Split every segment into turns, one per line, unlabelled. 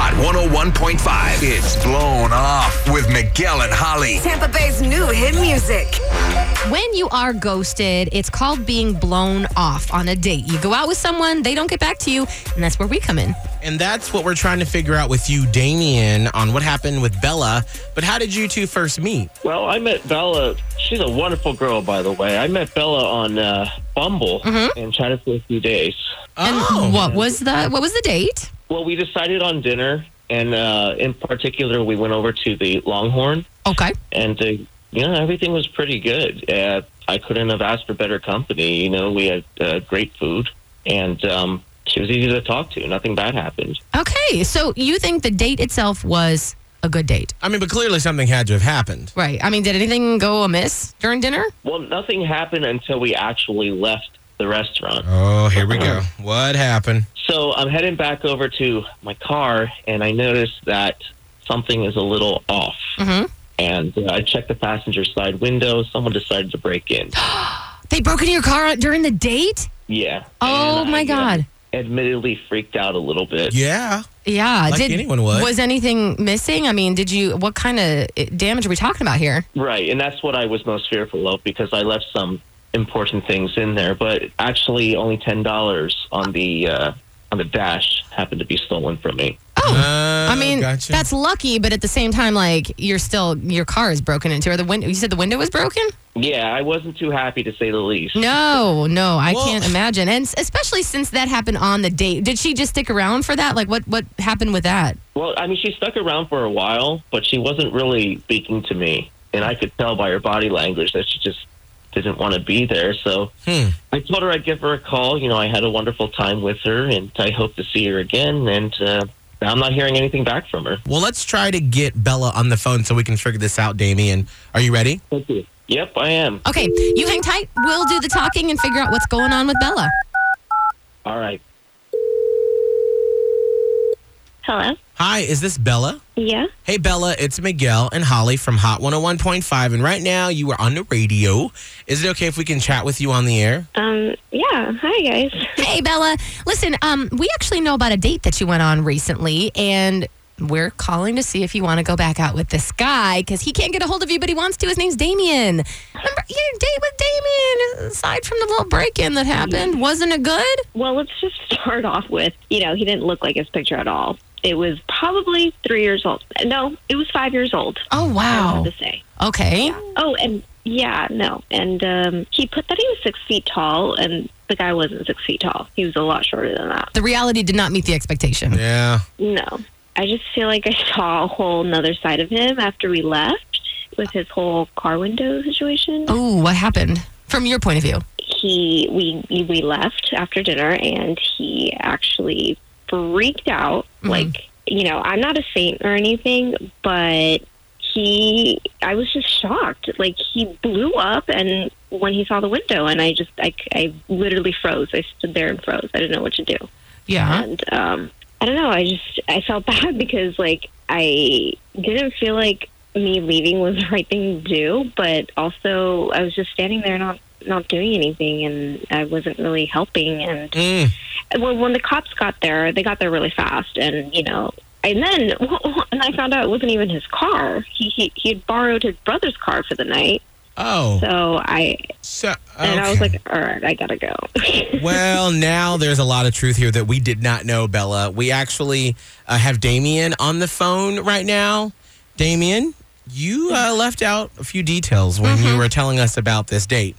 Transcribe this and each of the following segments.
Hot 101.5. It's blown off with Miguel and Holly.
Tampa Bay's new hit music.
When you are ghosted, it's called being blown off on a date. You go out with someone, they don't get back to you, and that's where we come in.
And that's what we're trying to figure out with you, Damien, on what happened with Bella. But how did you two first meet?
Well, I met Bella. She's a wonderful girl, by the way. I met Bella on uh, Bumble and chatted for a few days.
Oh.
And what was the what was the date?
Well, we decided on dinner, and uh, in particular, we went over to the Longhorn,
Okay.
and uh, you know everything was pretty good. Uh, I couldn't have asked for better company. You know, we had uh, great food, and um, she was easy to talk to. Nothing bad happened.
Okay. So you think the date itself was a good date.
I mean, but clearly something had to have happened.
Right. I mean, did anything go amiss during dinner?
Well, nothing happened until we actually left the restaurant.
Oh, here we go. What happened?
So I'm heading back over to my car, and I notice that something is a little off.
Mhm.
And uh, I checked the passenger side window. Someone decided to break in.
They broke into your car during the date?
Yeah.
Oh
And
my
I, uh,
god.
admittedly, freaked out a little bit.
Yeah.
Yeah.
Like anyone would.
Was anything missing? I mean, did you what kind of eh, damage are we talking about here?
Right, and that's what I was most fearful of because I left some important things in there, but actually only ten dollars on the uh, on the dash happened to be stolen from me.
Oh,
I mean,
gotcha.
that's lucky, but at the same time, like you're still your car is broken into, or the window. You said the window was broken.
Yeah, I wasn't too happy to say the least.
No, no, I
Well-
can't imagine, and s- especially since that happened on the date. Did she just stick around for that? Like, what what happened with that?
Well, I mean, she stuck around for a while, but she wasn't really speaking to me, and I could tell by her body language that she just didn't want to be there. So
Hmm.
I told her I'd give her a call. You know, I had a wonderful time with her, and I hope to see her again. And uh, I'm not hearing anything back from her.
Well, let's try to get Bella on the phone so we can figure this out, Damien. Are you ready?
Thank you. Yep, I am.
Okay, you hang tight. We'll do the talking and figure out what's going on with Bella.
All right.
Hello.
Hi, is this Bella?
Yeah.
Hey, Bella, it's Miguel and Holly from Hot 101.5. And right now you are on the radio. Is it okay if we can chat with you on the air?
Um. Yeah. Hi, guys.
Hey, Bella. Listen, um, we actually know about a date that you went on recently, and we're calling to see if you want to go back out with this guy because he can't get a hold of you, but he wants to. His name's Damien. Remember your date with Damien? Aside from the little break-in that happened, wasn't it good?
Well, let's just start off with you know he didn't look like his picture at all. It was probably three years old. No, it was five years old.
Oh
I
wow.
wanted to say.
Okay.
Oh, and yeah, no, and um, he put that he was six feet tall, and the guy wasn't six feet tall. He was a lot shorter than that.
The reality did not meet the expectation.
Yeah.
No, I just feel like I saw a whole another side of him after we left with his whole car window situation.
Oh, what happened? From your point of view.
he we we left after dinner and he actually freaked out
Mhm.
like you know i'm not a saint or anything but he i was just shocked like he blew up and when he saw the window and i just i, I literally froze i stood there and froze i didn't know what to do
Yeah.
and um, I don't know. I just I felt bad because like I didn't feel like me leaving was the right thing to do, but also I was just standing there not not doing anything, and I wasn't really helping. And
Mm.
well, when the cops got there, they got there really fast, and you know. And then, and I found out it wasn't even his car. He he he had borrowed his brother's car for the night.
Oh.
So I
So,
and I was
okay.
like, all right, I gotta go.
Well, now there's a lot of truth here that we did not know, Bella. We actually uh, have Damien on the phone right now. Damien, you uh, left out a few details when
Mm-hmm.
you were telling us about this date.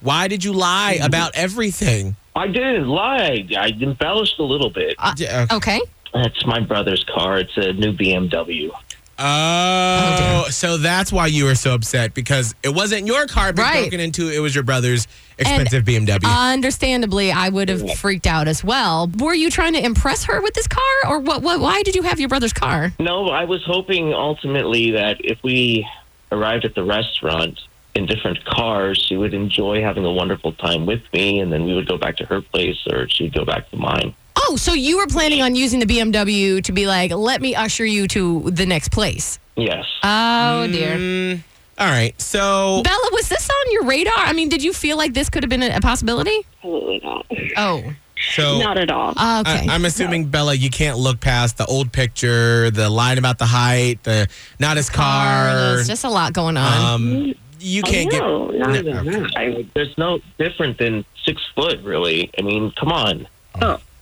Why did you lie about everything?
I didn't lie. I embellished a little bit.
Uh,
D- uh,
Okay.
That's my brother's car. It's a new BMW.
Oh, so that's why you were so upset because it wasn't your car being
Right. uh,
broken into. It was your brother's expensive BMW.
Understandably, I would have freaked out as well. Were you trying to impress her with this car, or what? what why did you have your brother's car?
No, I was hoping ultimately that if we arrived at the restaurant in different cars, she would enjoy having a wonderful time with me, and then we would go back to her place or she'd go back to mine.
Oh, so you were planning on using the BMW to be like, let me usher you to the next place.
Yes.
Oh, dear.
All right, so
Bella, was this on your radar? I mean, did you feel like this could have been a, a possibility?
Absolutely not.
Oh, Uh,
so
Not at all.
okay.
I, I'm assuming Bella, you can't look past the old picture, the line about the height, the not his car.
There's Oh, just a lot going on.
um, you can't get.
Oh, no, not
No,
even that. I,
There's no different than six foot, really. I mean, come on.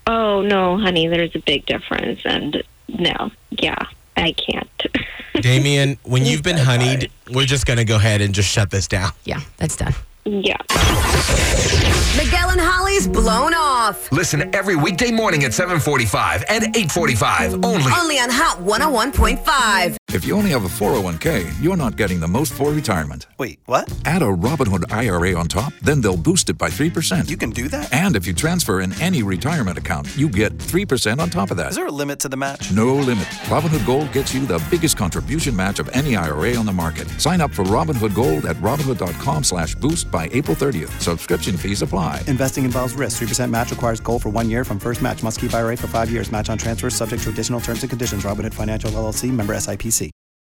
oh no, honey, there's a big difference, and no, yeah, I can't.
Damien, when you've been honeyed, we're just going to go ahead and just shut this down.
yeah, that's done.
yeah.
Miguel and Holly's blown off.
Listen every weekday morning at 745 and 845 only.
Only on Hot 101.5.
If you only have a 401k, you're not getting the most for retirement.
Wait, what?
Add a Robinhood IRA on top, then they'll boost it by 3%.
You can do that?
and if you transfer in any retirement account, you get 3% on top of that.
Is there a limit to the match?
No limit. Robinhood Gold gets you the biggest contribution match of any IRA on the market. Sign up for Robinhood Gold at Robinhood.com slash boost by April 30th. Subscription fees apply.
Investing involves risk. 3% match requires gold for one year from first match. Must keep IRA for five years. Match on transfers subject to additional terms and conditions. Robinhood Financial LLC member SIPC.